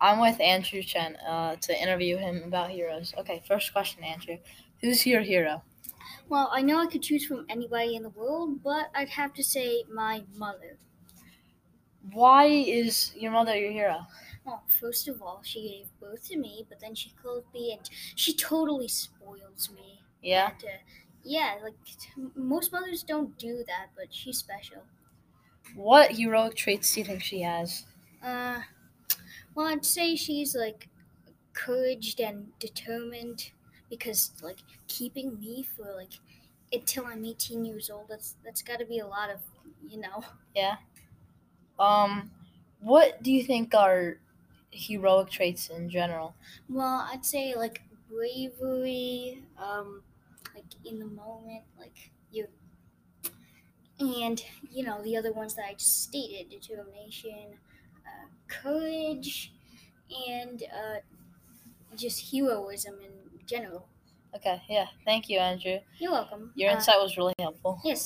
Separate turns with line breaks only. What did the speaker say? I'm with Andrew Chen uh, to interview him about heroes. Okay, first question, Andrew. Who's your hero?
Well, I know I could choose from anybody in the world, but I'd have to say my mother.
Why is your mother your hero?
Well, first of all, she gave birth to me, but then she clothed me and she totally spoils me.
Yeah.
And, uh, yeah, like t- most mothers don't do that, but she's special.
What heroic traits do you think she has?
Uh, well, I'd say she's like encouraged and determined because like keeping me for like until I'm 18 years old, that's that's got to be a lot of you know.
Yeah. Um, what do you think are heroic traits in general?
Well, I'd say like bravery, um, like in the moment, like you, and you know the other ones that I just stated: determination, uh, courage, and uh, just heroism in general.
Okay, yeah. Thank you, Andrew.
You're welcome.
Your
Uh,
insight was really helpful.
yes.